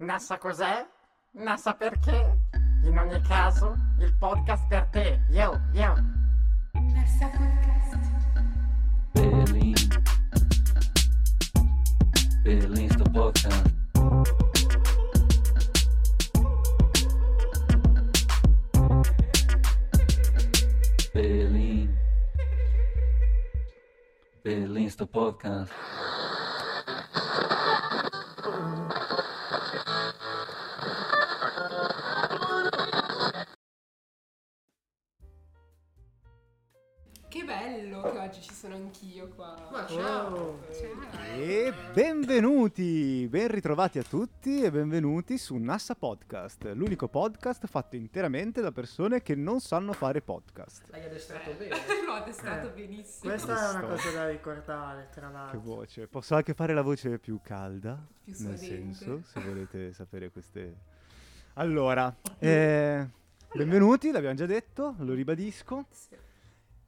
NASA cos'è? NASA perché? In ogni caso, il podcast per te. Yo, yo. Nessa Podcast. Berlim. Berlim sto podcast. Berlim. Berlim sto podcast. Che bello che oggi ci sono anch'io qua. Ma ciao. E benvenuti, ben ritrovati a tutti e benvenuti su NASA Podcast, l'unico podcast fatto interamente da persone che non sanno fare podcast. L'hai addestrato bene. L'ho addestrato Eh. benissimo. Questa è una Questo. cosa da ricordare, tra Che l'altro. voce, posso anche fare la voce più calda, Più nel suadente. senso, se volete sapere queste... Allora, eh, benvenuti, l'abbiamo già detto, lo ribadisco. Sì.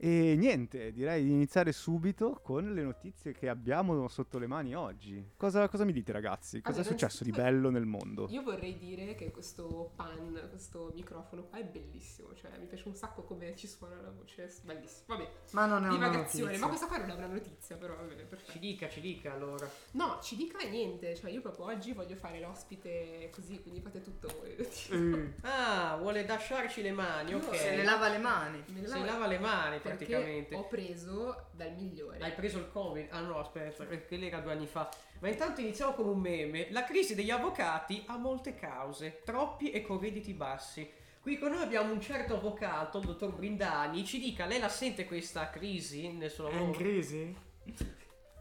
E niente, direi di iniziare subito con le notizie che abbiamo sotto le mani oggi. Cosa, cosa mi dite ragazzi? Cosa è Allora, successo di innanzitutto- bello nel mondo? Io vorrei dire che questo pan, questo microfono qua è bellissimo, cioè mi piace un sacco come ci suona la voce, bellissimo. Vabbè, Ma non è una divagazione, notizia. ma questa qua non è una notizia, però va bene, perfetto. Ci dica, ci dica allora. No, ci dica niente, cioè io proprio oggi voglio fare l'ospite così, quindi fate tutto voi. Mm. Ah, vuole lasciarci le mani, ok. Se ne lava le mani. Me Se ne lavo- ne lava le mani perché praticamente. ho preso dal migliore. Hai preso il covid? Ah no, aspetta, quello era due anni fa. Ma intanto iniziamo con un meme. La crisi degli avvocati ha molte cause, troppi e con redditi bassi. Qui con noi abbiamo un certo avvocato, il dottor Brindani, ci dica, lei la sente questa crisi nel suo È lavoro? in crisi?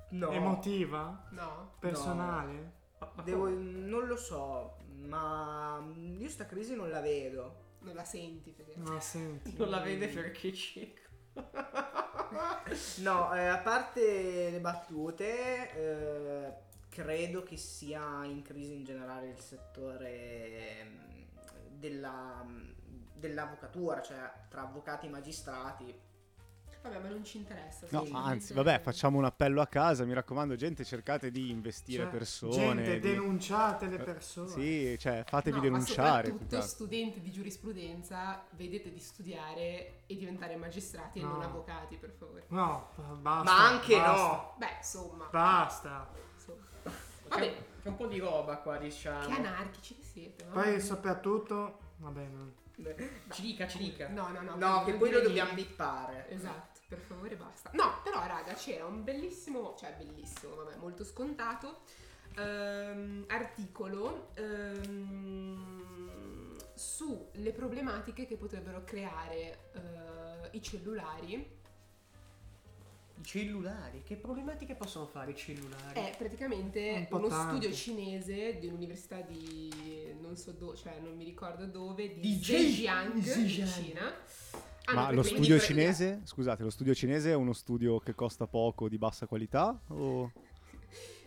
No, Emotiva? No. Personale? Ma- ma devo- come? non lo so, ma io sta crisi non la vedo. Non la senti perché... Non la senti. Non la vede perché c'è. No, eh, a parte le battute, eh, credo che sia in crisi in generale il settore mm, della, dell'avvocatura, cioè tra avvocati e magistrati. Vabbè, ma non ci interessa. No, sì. anzi, vabbè, facciamo un appello a casa, mi raccomando, gente, cercate di Cioè, investire persone. Gente, di- denunciate le Eh, persone. Sì, cioè, fatevi No, denunciare. Ma più che soprattutto altro. studenti di giurisprudenza, vedete di studiare e diventare magistrati e No. non avvocati, per favore. No, basta. ma anche basta, no. Beh, insomma. Basta. insomma. Vabbè, C'è, c'è un po' di roba qua, che diciamo. anarchici che siete. mamma mia. Ah. Poi soprattutto... Vabbè, non... Ci dica, ci dica. No, no, no. No, che poi lo quello dobbiamo bippare. Esatto, per favore basta. No, però raga, c'era un bellissimo, cioè bellissimo, vabbè, molto scontato ehm, articolo ehm, sulle problematiche che potrebbero creare eh, i cellulari I cellulari, che problematiche possono fare i cellulari? È Un praticamente po' uno tanti. studio cinese di un'università di non so dove, cioè non mi ricordo dove, di, Di Zhejiang, in Zhejiang. Cina. Ma Hanno lo praticamente- studio cinese, scusate, lo studio cinese è uno studio che costa poco, di bassa qualità? O...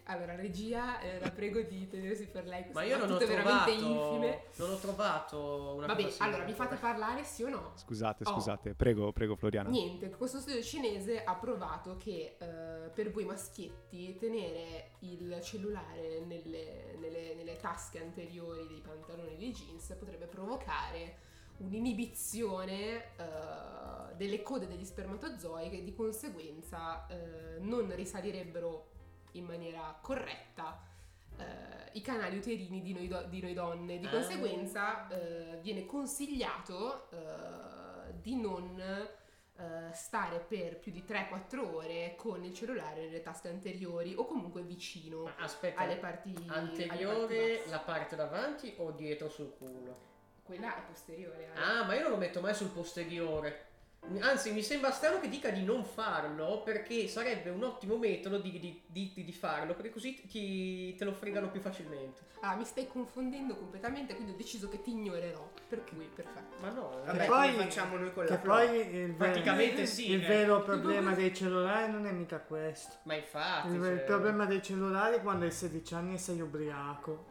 Allora, regia, eh, la prego di tenersi per lei queste Ma io non ho battute veramente trovato. infime. Non ho trovato una Vabbè, cosa simile. allora mi fate parlare sì o no? Scusate, Oh. scusate, prego, prego Floriana. Niente, questo studio cinese ha provato che eh, per voi maschietti tenere il cellulare nelle, nelle- nelle tasche anteriori dei pantaloni e dei jeans potrebbe provocare un'inibizione eh, delle code degli spermatozoi che di conseguenza eh, non risalirebbero in maniera corretta eh, i canali uterini di noi, do- di noi donne. Di Ah. conseguenza eh, viene consigliato eh, di non eh, stare per più di 3-4 ore con il cellulare nelle tasche anteriori o comunque vicino Ma Ah, aspetta, alle parti alle anteriore parti basse. la parte davanti o dietro sul culo? Quella è posteriore. Ale. Ah, ma io non lo metto mai sul posteriore. Anzi, mi sembra strano che dica di non farlo perché sarebbe un ottimo metodo di, di- di- di- di farlo perché così ti- te lo fregano più facilmente. Ah, mi stai confondendo completamente, quindi ho deciso che ti ignorerò. Per cui, perfetto. Ma no, Vabbè, Che come poi- facciamo noi con la Che flora? poi il, ver- Praticamente sì, il eh. vero problema dei cellulari non è mica questo. ma infatti. Il, cioè- il problema dei cellulari è quando hai 16 anni e sei ubriaco.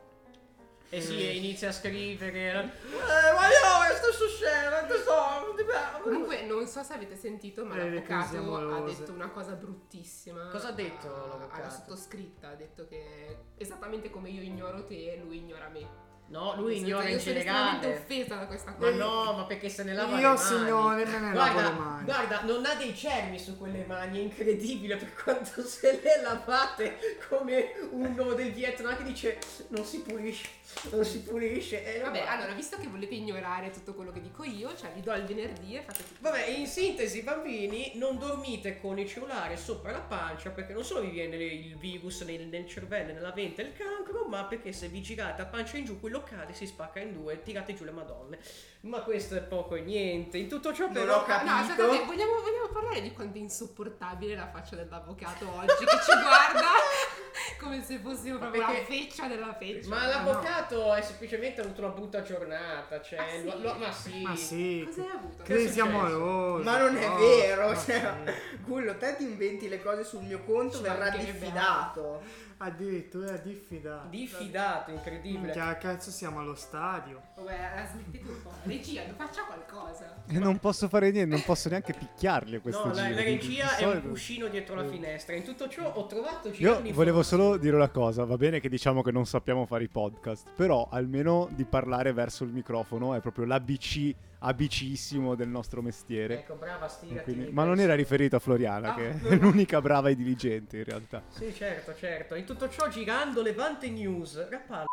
E si Eh inizia a scrivere. Eh, ma io sto su scena, tesoro, ti prego. Comunque non so se avete sentito, ma Eh, le crisi l'avvocato ha amorose. detto una cosa bruttissima. Cosa ha detto a- l'avvocato? Alla sottoscritta ha detto che esattamente come io ignoro te, lui ignora me. No, Nel lui senso, ignora in Io sono estremamente generale. offesa da questa Ma cosa. no, ma perché se ne lava le Eh, Io, mani. signore, me ne lavo Guarda, le mani. guarda, non ha dei cerni su quelle mani, è incredibile per quanto se le lavate come uno del Vietnam che dice non si pulisce, non si pulisce. Eh, E Vabbè, allora, visto che volete ignorare tutto quello che dico io, cioè vi do il venerdì e fate tutto. Vabbè, in sintesi, bambini, non dormite con il cellulare sopra la pancia perché non solo vi viene il virus nel, nel cervello, nella vente, il cancro, ma perché se vi girate a pancia in giù, quello cade, si spacca in due, tirate giù le madonne. Ma questo è poco e niente. In tutto ciò, però, ho capito. No, aspettate, vogliamo, vogliamo parlare di quanto è insopportabile la faccia dell'avvocato oggi che ci guarda come se fossimo Ma proprio la perché- feccia della feccia. Ma l'avvocato è semplicemente avuto una brutta giornata, cioè, Ah, sì? lo- lo- ma sì. Ma sì, Cosa hai avuto? Che- crisi successo? amorosa. Ma non è no, vero, ma cioè, sì. Gullo, te ti inventi le cose sul mio conto, Ci verrà mancherebbe diffidato. Addirittura diffidato. Diffidato, incredibile. Minchia, cazzo siamo allo stadio. Vabbè, smettete un po'. Regia, faccia qualcosa. E non posso fare niente, non posso neanche picchiarli a questo No, la, giro. la quindi di regia è un solito- cuscino dietro la finestra. In tutto ciò ho trovato Io gironi volevo solo dire una cosa, va bene che diciamo che non sappiamo fare i podcast, però almeno di parlare verso il microfono è proprio l'ABC, abicissimo del nostro mestiere. Ecco, brava E Stigati. quindi- ma non era riferito a Floriana, Ah, che no. è l'unica brava e diligente in realtà. Sì, certo, certo. In tutto ciò girando Levante News. Rapallo.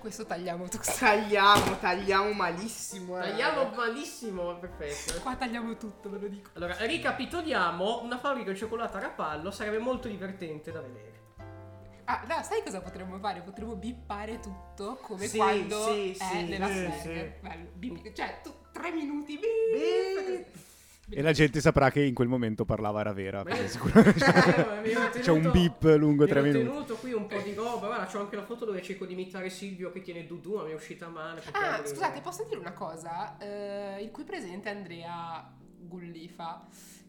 Questo tagliamo tutto. Tagliamo, tagliamo malissimo. eh. Tagliamo malissimo, perfetto. Qua tagliamo tutto, ve lo dico. Allora, ricapitoliamo, una fabbrica di cioccolato a Rapallo sarebbe molto divertente da vedere. Ah, no, sai cosa potremmo fare? Potremmo bippare tutto come Sì, quando sì, è sì, nella sì, serie. sì. Bello, bip- Cioè, tu, tre minuti. bip, Bip. così. E la gente saprà che in quel momento parlava Ravera. Beh, quindi sicuramente Eh, mi ero C'è un tenuto- beep lungo tre Mi minuti. ho tenuto qui un po' di roba, guarda, c'ho anche la foto dove cerco di imitare Silvio che tiene Dudu, ma mi è uscita male. perché- Ah, scusate, posso dire una cosa? Eh, il qui presente Andrea Gullifa,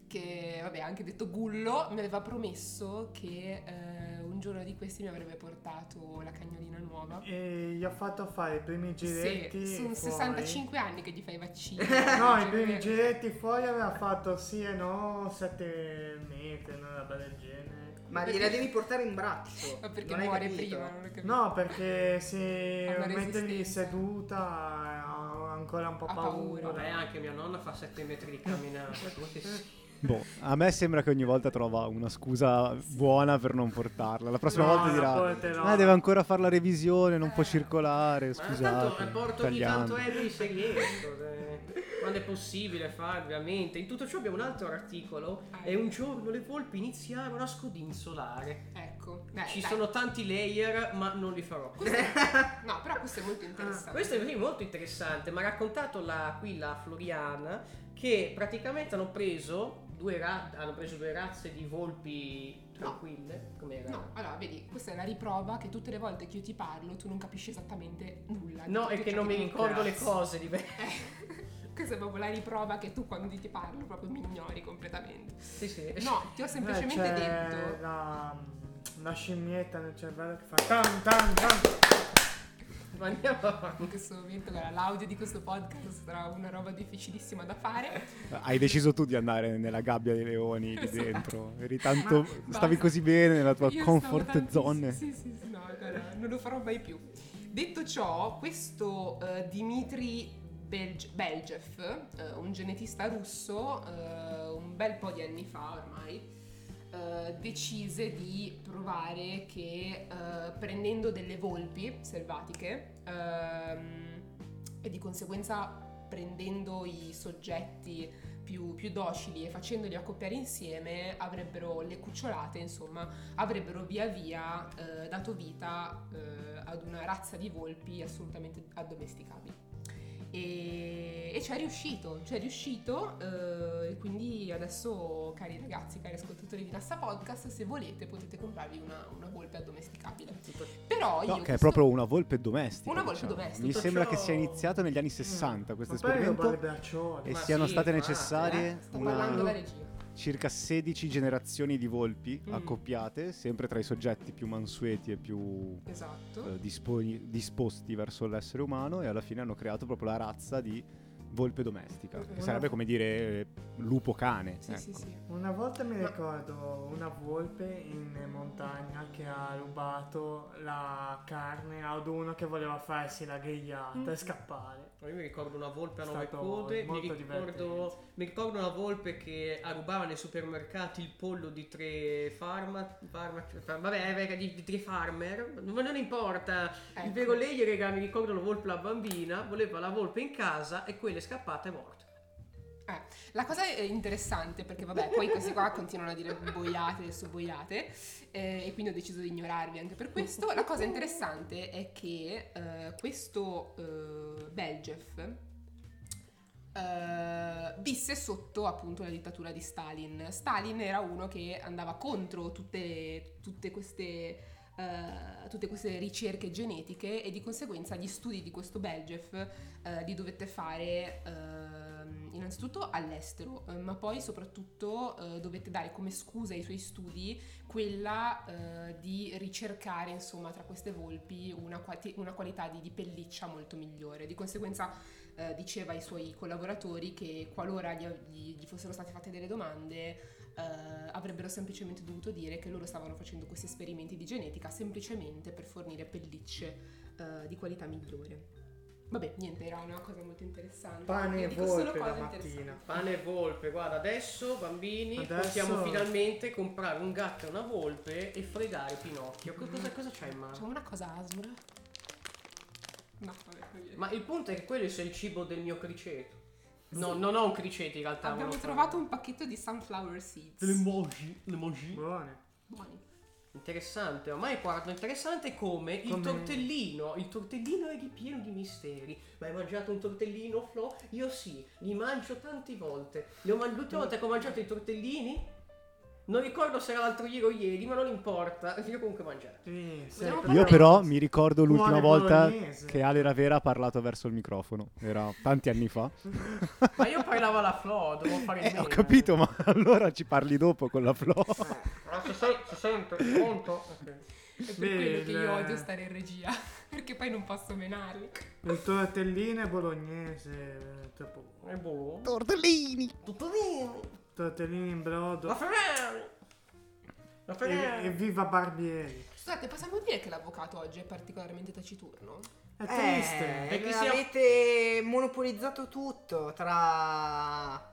che vabbè, ha anche detto Gullo, mi aveva promesso che eh, un giorno di questi mi avrebbe portato la cagnolina nuova. E gli ho fatto fare i primi giretti. Sì, sono fuori. 65 anni che gli fai i vaccini. No, Cioè, i primi eh, giretti fuori aveva fatto sì e no, 7 metri, una roba del genere. Ma gliela devi portare in braccio. Ma perché non hai muore capito? Eh, prima, non ho capito. No, perché se Ha una metterli resistenza. seduta ha ancora un po' Ha paura. paura. Eh, Vabbè, anche mia nonna fa 7 metri di camminata. come che si- Boh, a me sembra che ogni volta trova una scusa buona per non portarla. La prossima No, volta la dirà: porterò. Ah, deve ancora fare la revisione, non Eh. può circolare. Ma tanto Scusate. rapporto ogni tagliando. tanto Henry se riesco. se- Quando è possibile farlo, ovviamente. In tutto ciò abbiamo un altro articolo. Ah, eh. E un giorno le volpi iniziarono a scodinzolare. Ecco, dai, Ci dai. sono tanti layer, ma non li farò. Ah. No, però questo è molto interessante. Questo è molto interessante, mi ha raccontato la, qui la Floriana che praticamente hanno preso due, ra- hanno preso due razze di volpi tranquille, com'era? No, allora, vedi, questa è la riprova che tutte le volte che io ti parlo tu non capisci esattamente nulla. di No, tutto è che ciò non mi dico. ricordo le cose di me. Eh, Questa è proprio la riprova che tu quando ti parlo proprio mi ignori completamente. Sì, sì. No, ti ho semplicemente Eh, c'è detto. La, la scimmietta nel cervello che fa tan tan tan. Ma andiamo avanti. In questo momento guarda, l'audio di questo podcast sarà una roba difficilissima da fare. Hai deciso tu di andare nella gabbia dei leoni lì Esatto. dentro. Eri tanto. Ma- stavi basta. così bene nella tua Io stavo comfort tantissimo- zone. Sì, sì, sì, no, guarda, non lo farò mai più. Detto ciò, questo eh, Dimitri Belge- Belgev, eh, un genetista russo, eh, un bel po' di anni fa ormai, eh, decise di provare che eh, prendendo delle volpi selvatiche ehm, e di conseguenza prendendo i soggetti più, più docili e facendoli accoppiare insieme avrebbero le cucciolate insomma avrebbero via via eh, dato vita eh, ad una razza di volpi assolutamente addomesticabili. E, e ci è riuscito, ci è riuscito eh, e quindi adesso cari ragazzi, cari ascoltatori di Nassa Podcast, se volete potete comprarvi una, una volpe addomesticabile. Però io... No, che è questo- proprio una volpe domestica. Una volpe diciamo. domestica. Mm. Mi Tutto sembra ciò- che sia iniziato negli anni 60 questo Ma poi esperimento rubare i braccioli. e Ma siano sì, state infatti, necessarie Eh, sto una parlando la regia. circa 16 generazioni di volpi Mm. accoppiate, sempre tra i soggetti più mansueti e più Esatto. eh, disponi- disposti verso l'essere umano e alla fine hanno creato proprio la razza di volpe domestica, che Una- sarebbe come dire eh, lupo cane. sì, sì, ecco. sì. Una volta mi ricordo una volpe in montagna che ha rubato la carne ad uno che voleva farsi la grigliata Mm. e scappare. Io mi ricordo una volpe a È nove stato code, mi molto ricordo, mi ricordo una volpe che rubava nei supermercati il pollo di tre farma, farma- farma- vabbè, era di, di tre farmer, ma non importa, il Ecco. vero lei, raga, mi ricordo la volpe la bambina, voleva la volpe in casa e quella è scappata e è morta. Eh, la cosa è interessante perché vabbè, poi questi qua continuano a dire boiate su boiate eh, e quindi ho deciso di ignorarvi anche per questo. La cosa interessante è che eh, questo eh, Belgef eh, visse sotto appunto la dittatura di Stalin. Stalin era uno che andava contro tutte, tutte queste eh, tutte queste ricerche genetiche e di conseguenza gli studi di questo Belgef eh, li dovette fare ehm, innanzitutto all'estero, eh, ma poi soprattutto eh, dovette dare come scusa ai suoi studi quella eh, di ricercare insomma tra queste volpi una, quati- una qualità di, di pelliccia molto migliore. Di conseguenza eh, diceva ai suoi collaboratori che qualora gli, gli- gli fossero state fatte delle domande eh, avrebbero semplicemente dovuto dire che loro stavano facendo questi esperimenti di genetica semplicemente per fornire pellicce eh, di qualità migliore. Vabbè, niente, era una cosa molto interessante. Pane Io e dico solo volpe la cose mattina. Pane e volpe, guarda, adesso bambini Adesso- possiamo finalmente comprare un gatto e una volpe e fregare Pinocchio. Co- Cosa, cosa c'hai interessanti. in mano? C'è una cosa asura. No, vabbè, non viene. Ma il punto è che quello sia il cibo del mio criceto. No, non ho un criceto in realtà. abbiamo volevo fare- trovato un pacchetto di sunflower seeds. Le moji, le moji. Buone. Buoni. Interessante, ormai guardo, interessante come il Come- tortellino, il tortellino è ripieno di misteri. Ma hai mangiato un tortellino, Flo? Io sì, li mangio tante volte. Li ho man- L'ultima volta che ho mangiato i tortellini, non ricordo se era l'altro ieri o ieri, ma non importa, li ho comunque mangiati. Sì, Vogliamo sempre. Io Vabbè. però mi ricordo l'ultima Buone volta bolognese. che Ale Ravera ha parlato verso il microfono, era tanti anni fa. Ma io parlavo alla Flo, devo fare il Eh, ho meme. capito, ma allora ci parli dopo con la Flo. Ah, si, se- si sente, pronto? Ok. È per Beh, quello che io il- odio stare in regia, perché poi non posso menarli. Il tortellino è bolognese, eh, tipo È buono. Tortellini! Tutto bene. tortellini in La brodo. Ferrari. La E, Ferrari. e viva Barbieri. Scusate, possiamo dire che l'avvocato oggi è particolarmente taciturno? È triste. perché perché siamo- avete monopolizzato tutto tra...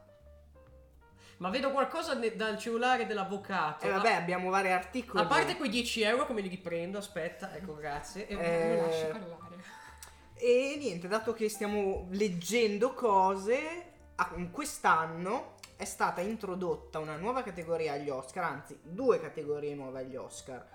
Ma vedo qualcosa ne- dal cellulare dell'avvocato. E Ah, Eh, vabbè, abbiamo vari articoli. A parte quei 10 euro come li riprendo, aspetta, ecco, grazie. E- Eh. Non lo lasci parlare. E niente, dato che stiamo leggendo cose, a- quest'anno è stata introdotta una nuova categoria agli Oscar, anzi due categorie nuove agli Oscar.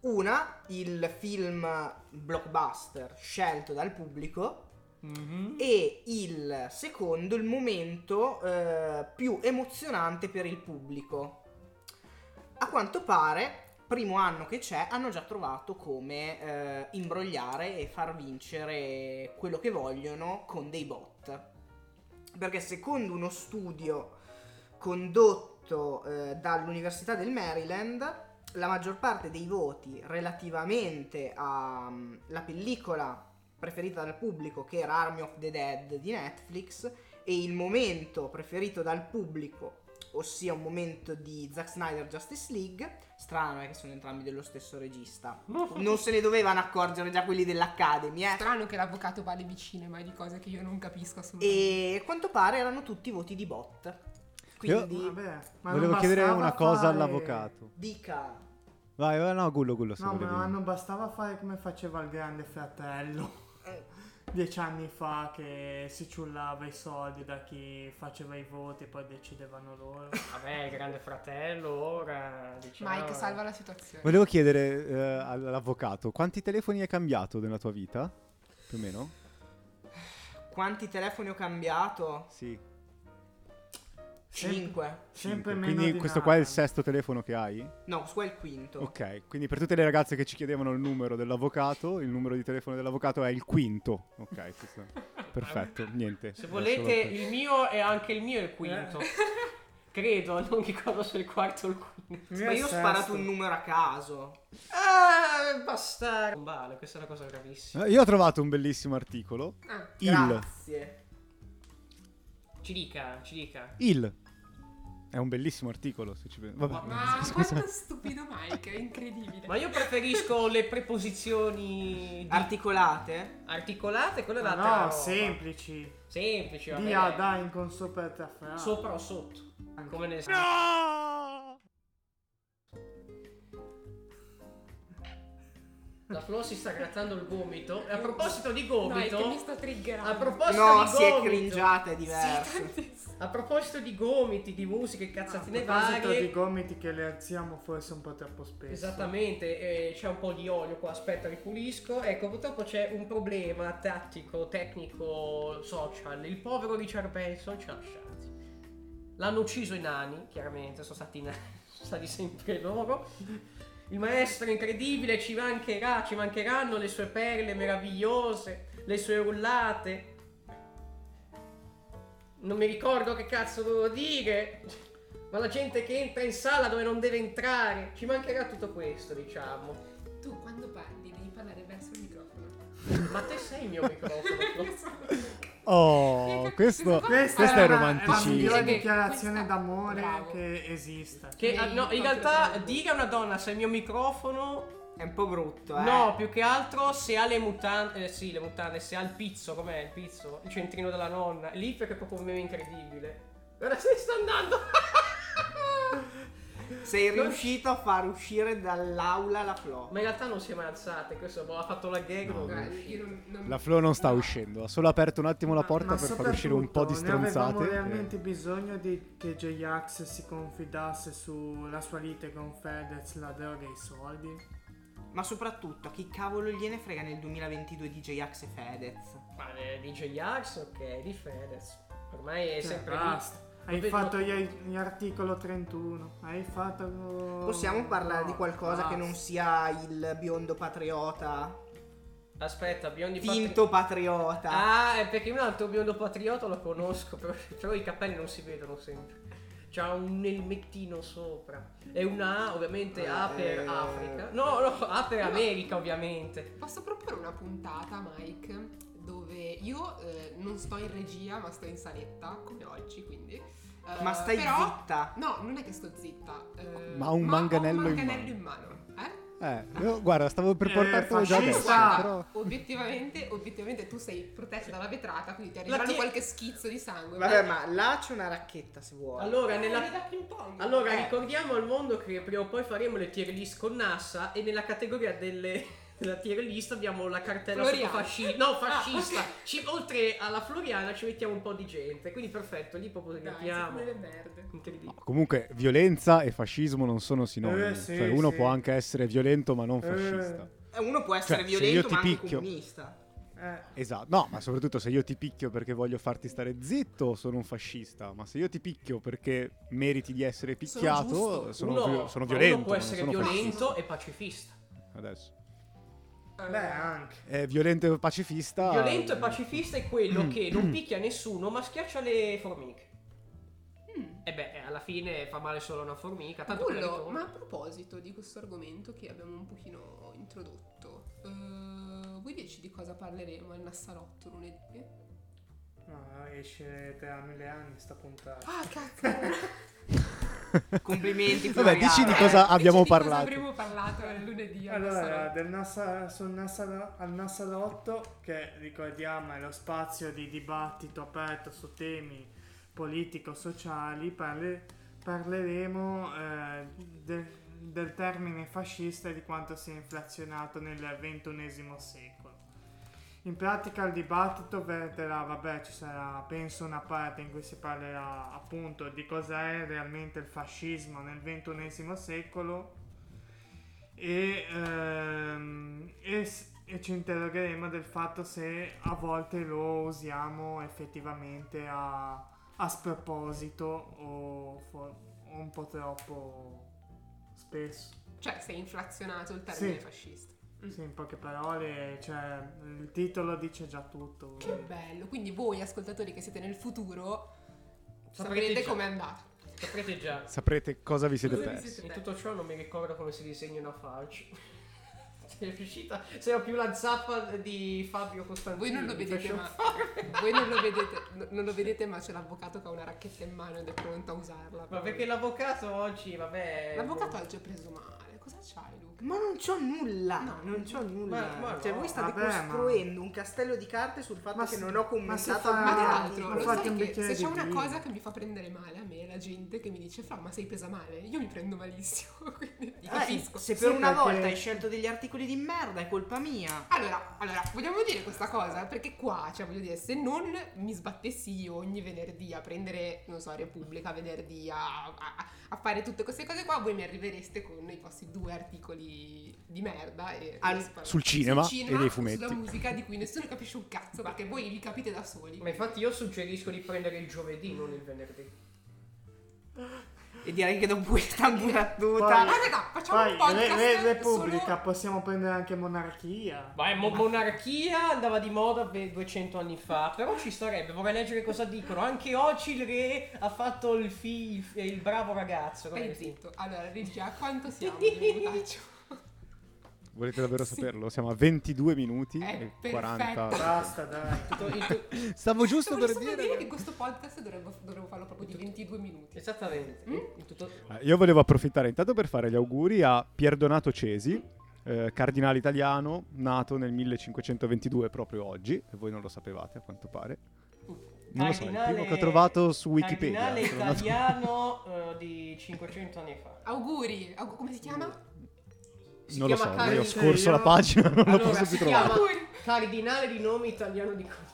Una, il film blockbuster scelto dal pubblico Mhm. e il secondo, il momento eh, più emozionante per il pubblico. A quanto pare, primo anno che c'è, hanno già trovato come eh, imbrogliare e far vincere quello che vogliono con dei bot. Perché secondo uno studio condotto eh, dall'Università del Maryland, la maggior parte dei voti relativamente alla mm, pellicola preferita dal pubblico, che era Army of the Dead di Netflix, e il momento preferito dal pubblico, ossia un momento di Zack Snyder Justice League, strano è che sono entrambi dello stesso regista. Non se ne dovevano accorgere già quelli dell'Academy, eh. Strano che l'avvocato parli di cinema e di cose che io non capisco assolutamente. E a quanto pare erano tutti voti di bot. Quindi, Vabbè, ma non Volevo chiedere bastava una cosa fare- all'avvocato. dica. Vai, vai, no, Gullo, Gullo, se No, volevi. ma non bastava fare come faceva il grande fratello. Eh. Dieci anni fa che si ciullava i soldi da chi faceva i voti e poi decidevano loro. Vabbè, grande fratello, ora diciamo... Mike, salva la situazione. Volevo chiedere eh, all'avvocato, quanti telefoni hai cambiato nella tua vita? Più o meno? Quanti telefoni ho cambiato? Sì. 5. Sempre Cinque. meno. Quindi di questo qua è il nada. sesto telefono che hai? No, questo qua è il quinto. Ok, quindi per tutte le ragazze che ci chiedevano il numero dell'avvocato, il numero di telefono dell'avvocato è il quinto. Ok, questo- perfetto, niente. Se Era volete, solo per- il mio è anche il mio è il quinto. Credo, non ricordo se il quarto o il quinto. Ma io ho sparato un numero a caso. Ah, bastardo. Vale, questa è una cosa gravissima. Eh, Io ho trovato un bellissimo articolo. Ah, Il. Grazie. Ci dica, ci dica. Il. È un bellissimo articolo, se ci pensi. Vabbè, ma scusa. quanto stupido Mike, è incredibile. Ma io preferisco le preposizioni di- Articolate? articolate, quella è Ah, un'altra no, roba. semplici. Semplici, vabbè. Dia, dai, in consoperta fra. Sopra o sotto? Come ne sai? La Flo si sta grattando il gomito. E a proposito di Dai, gomito... che mi sto triggerando. a proposito no, di si è gomito- cringiata, è Sì, diverso. tantissimo. A proposito di gomiti, di musiche, A cazzatine proposito varie... di gomiti che le alziamo forse un po' troppo spesso. Esattamente, eh, c'è un po' di olio qua, aspetta ripulisco. Ecco, purtroppo c'è un problema tattico, tecnico, social. Il povero Richard Benson ci ha lasciati. L'hanno ucciso i nani, chiaramente, sono stati, i nani, sono stati sempre loro. Il maestro è incredibile, ci mancherà, ci mancheranno le sue perle meravigliose, le sue rullate. Non mi ricordo che cazzo dovevo dire. Ma la gente che entra in sala dove non deve entrare. Ci mancherà tutto questo, diciamo. Tu quando parli devi parlare verso il microfono. Ma te sei il mio microfono. Oh, questo, Questa questo è una- È la migliore Sì, sì. romanticismo. dichiarazione Questa- d'amore bravo. che esista. Che ah, no, in realtà Sì. dica a una donna se è il mio microfono. È un po' brutto, eh. No, più che altro se ha le mutande. Eh, sì, le mutande, se ha il pizzo, com'è il pizzo? Il centrino della nonna. Lì perché è proprio un meme incredibile. Ora se ne sta andando. Sei riuscito a far uscire dall'aula la flop. Ma in realtà non si è mai alzate, questo boh, ha fatto la gag. No. ma- Guarda, io non- non- La Flo non sta no. uscendo, ha solo aperto un attimo la porta Ma per far uscire un po' di soprattutto ne avevamo stronzate. Eh. veramente bisogno di che J-Ax si confidasse sulla sua lite con Fedez, la droga e i soldi. Ma soprattutto, a chi cavolo gliene frega nel 2022 di J-Ax e Fedez? Ma eh, di DJ Axe, ok, di Fedez. Ormai è Cioè, sempre basta. Hai Vabbè, fatto no. l'articolo 31. Hai fatto. Possiamo parlare di qualcosa che non si. sia il biondo patriota? lì. Aspetta, biondi patri- Tinto patriota. Ah, è perché un altro biondo patriota lo conosco, però, però i capelli non si vedono sempre. C'ha un elmettino sopra. E una A, ovviamente A per Eh. Africa. No, no, A per America, ovviamente. Posso proporre una puntata, Mike, dove io eh, non sto in regia, ma sto in saletta, come oggi, quindi. Ah, Eh, Ma stai però- zitta. No, non è che sto zitta. eh, Ma ha un ho manganello in un manganello in mano. Eh? Eh, io- guarda, stavo per Eh, portartelo già adesso, fascista! però... Obiettivamente, obiettivamente tu sei protetto dalla vetrata, quindi ti La arriveranno ti- qualche schizzo di sangue. Vabbè, ma là c'è una racchetta se vuoi. Allora, Eh, nella... da ping pong. allora Eh. ricordiamo al mondo che prima o poi faremo le tier list con NASA e nella categoria delle... della tier list abbiamo la cartella Floriana. fascista. Ah, No, fascista. Ci- Oltre alla Floriana ci mettiamo un po' di gente. Quindi perfetto, lì proprio Dai, siamo mettiamo. nelle merde. Incredibile. No, comunque, violenza e fascismo non sono sinonimi. Eh, sì, cioè, uno sì. può anche essere violento, ma non Eh. fascista. Eh, Uno può essere Cioè, se io violento ti ma anche picchio- comunista. Esatto, no, ma soprattutto se io ti picchio perché voglio farti stare zitto, sono un fascista, ma se io ti picchio perché meriti di essere picchiato, giusto. sono, Uno- vi- sono ma violento. Uno può ma non essere sono violento e pacifista. fascista. Adesso. Eh. Beh, anche. Eh, violento e pacifista. Violento e pacifista è quello che non picchia nessuno, ma schiaccia le formiche. E beh, eh, alla fine fa male solo una formica. Tanto quella Mm. Bullo, ritorna. ma a proposito di questo argomento che abbiamo un pochino introdotto, eh, vuoi dirci di cosa parleremo al Nassalotto lunedì? No, esce tra mille anni sta puntata. Ah, cacchio! Complimenti. Vabbè, Floriana. dici di cosa abbiamo Dici di cosa parlato. avremmo parlato il lunedì al Allora, Nassalotto. del NASA, sul NASA, al Nasalotto, che ricordiamo è lo spazio di dibattito aperto su temi politico-sociali, parle- parleremo eh, de- del termine fascista e di quanto sia inflazionato nel XXI secolo. In pratica il dibattito verterà, vabbè, ci sarà penso una parte in cui si parlerà appunto di cos'è realmente il fascismo nel XXI secolo e, ehm, e s- e ci interrogheremo del fatto se a volte lo usiamo effettivamente a, a sproposito o for- o un po' troppo spesso. Cioè, sei inflazionato il termine Sì. fascista. Sì, in poche parole, cioè, il titolo dice già tutto. Che bello! Quindi voi, ascoltatori che siete nel futuro, Saprete saprete già. com'è andato. Saprete già. Saprete cosa vi siete Cosa vi persi. siete- In tutto ciò non mi ricordo come si disegna una falce. Sei riuscita? Sei più la zappa di Fabio Costantino. Voi non lo di vedete, Fashion ma- Farm. Voi non lo, vedete, no- non lo vedete, ma c'è l'avvocato che ha una racchetta in mano ed è pronto a usarla. Ma perché l'avvocato oggi, vabbè... L'avvocato oggi ha preso male. Cosa c'hai, Luca? Ma non c'ho nulla, No, non c'ho nulla. ma- ma cioè, no, voi state vabbè, ma- costruendo un castello di carte sul fatto Ma che se- non ho ma se commentato fa- Ma tra Ah, l'altro, ma lo fatti sai un che bicchiere se di c'è una vino. cosa che mi fa prendere male a me, è la gente che mi dice, Fra, ma sei presa male? Io mi prendo malissimo, quindi ti Eh, capisco. se per Sì, una perché- volta hai scelto degli articoli di merda, è colpa mia. Allora, allora, vogliamo dire questa cosa? Perché qua, cioè, voglio dire, se non mi sbattessi io ogni venerdì a prendere, non so, Repubblica venerdì, a, a- a fare tutte queste cose qua, voi mi arrivereste con i vostri due articoli di merda e Al- e sparo- sul cinema sul e dei o fumetti. Sulla musica di cui nessuno capisce un cazzo, perché voi vi capite da soli. Ma infatti io suggerisco di prendere il giovedì, non il venerdì. E direi che dopo questa Poi- burattuta. Ah, raga, facciamo Poi un podcast Re- Re- Repubblica, solo- possiamo prendere anche Monarchia. Vai, mo- monarchia andava di moda be- 200 anni fa, però ci starebbe, vorrei leggere cosa dicono. Anche oggi il re ha fatto il, fi- il fi- il bravo ragazzo. come Stai si- zitto. Allora, regia, quanto siamo? di minutaccio? Volete davvero Sì. saperlo? Siamo a 22 minuti Eh, e perfetto. 40. Basta, dai. Tutto- il tu- Stavo giusto Stavo per giusto per dire che dire. questo podcast dovremmo, dovremmo farlo proprio di 22 minuti. Esattamente. Il tutto- Eh, Io volevo approfittare intanto per fare gli auguri a Pierdonato Cesi, eh, cardinale italiano, nato nel 1522 proprio oggi, e voi non lo sapevate a quanto pare. Non lo so, è il primo che ho Cardinale- trovato su Wikipedia. eh, Cardinale sono andato- italiano eh, di 500 anni fa. Auguri, aug- come si chiama? Si non lo so, chiama ormai ho Cardinale- scorso la io- pagina, non l'ho Allora, posso più si trovare. chiama Cardinale di nome italiano di cognome.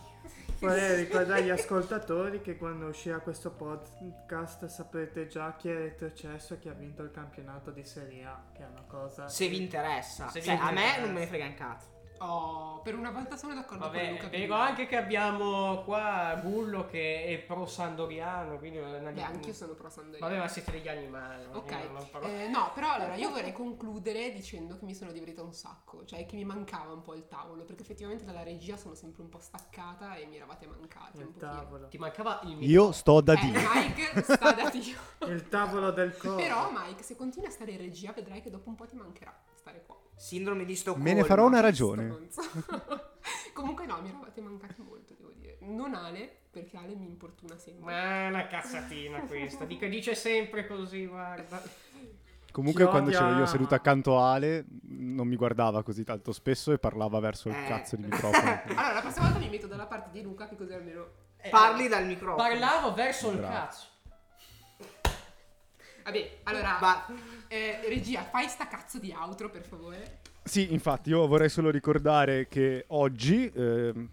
Vorrei ricordare agli ascoltatori che quando uscirà questo podcast saprete già chi è retrocesso e chi ha vinto il campionato di Serie A, che è una cosa... Se vi interessa. Se vi Cioè, a me interessa. non me ne frega un cazzo. Oh, per una volta sono d'accordo con Luca. Vabbè, Pinelli. dico anche che abbiamo qua Gullo che è pro Sandoriano, quindi Beh, anche io sono pro Sandorino. Vabbè, ma siete degli animali. Ok, io non parlo- eh, no, però allora io vorrei concludere dicendo che mi sono divertita un sacco, cioè che mi mancava un po' il tavolo, perché effettivamente dalla regia sono sempre un po' staccata e mi eravate mancati un Il pochino. tavolo. Ti mancava il mio. Io sto da eh, Dio. Mike sta da Dio. Il tavolo del coro. Però Mike, se continui a stare in regia vedrai che dopo un po' ti mancherà stare qua. Sindrome di Stoccolma. Me ne farò una ragione. Stronzo. Comunque no, mi eravate mancati molto, devo dire. Non Ale, perché Ale mi importuna sempre. Ma è una cazzatina questa. Dico, dice sempre così, guarda. Comunque, Ti quando odia. c'ero io seduto accanto a Ale, non mi guardava così tanto spesso e parlava verso il Eh. cazzo di microfono. Allora, la prossima volta mi metto dalla parte di Luca, che così almeno... Eh, Parli dal microfono. Parlavo verso il Bravo. cazzo. Vabbè, allora... Va- eh, regia, fai sta cazzo di outro, per favore. Sì, infatti, io vorrei solo ricordare che oggi. ehm,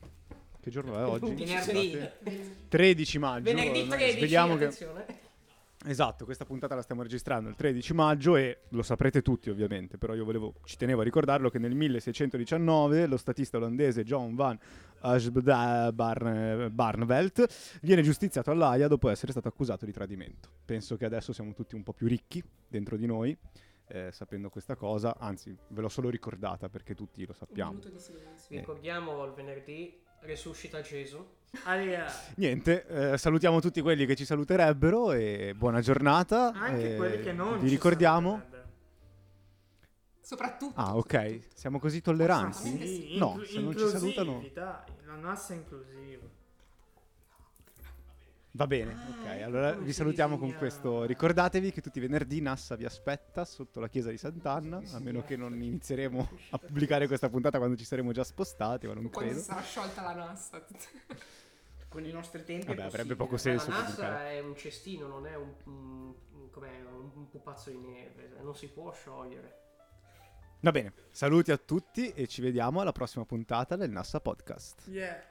che giorno è Eh, oggi? Venerdì. Scusate. 13 maggio. Venerdì ormai 13. Svegliamo che... attenzione. Esatto, questa puntata la stiamo registrando il 13 maggio e lo saprete tutti ovviamente, però io volevo, ci tenevo a ricordarlo che nel 1619 lo statista olandese John van Ashbda- Barn- Barneveld viene giustiziato all'Aia dopo essere stato accusato di tradimento. Penso che adesso siamo tutti un po' più ricchi dentro di noi, eh, sapendo questa cosa, anzi ve l'ho solo ricordata perché tutti lo Un sappiamo. minuto di silenzio. Ricordiamo il venerdì resuscita Gesù. Allora, Niente, eh, salutiamo tutti quelli che ci saluterebbero e buona giornata. anche eh, quelli che non... Vi ci ricordiamo... saluterebbero. Soprattutto... Ah, ok. soprattutto. Siamo così tolleranti? Assolutamente Sì, No, inclu- se non ci inclusivi, salutano- Dai, la nostra è inclusiva. Va bene, Ah, ok. Allora come vi si salutiamo con disegna? questo. Ricordatevi che tutti i venerdì Nassa vi aspetta sotto la chiesa di Sant'Anna, a meno che non inizieremo a pubblicare questa puntata quando ci saremo già spostati, ma non Quando si credo. sarà sciolta la NASA. Con i nostri tempi. Vabbè, è avrebbe possibile. poco Ma La senso pubblicare. NASA è un cestino, non è un, un, un- com'è, un pupazzo di neve. Non si può sciogliere. Va bene, saluti a tutti e ci vediamo alla prossima puntata del Nassa Podcast. Yeah.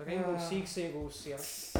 Ah. Rainbow Six in Russia.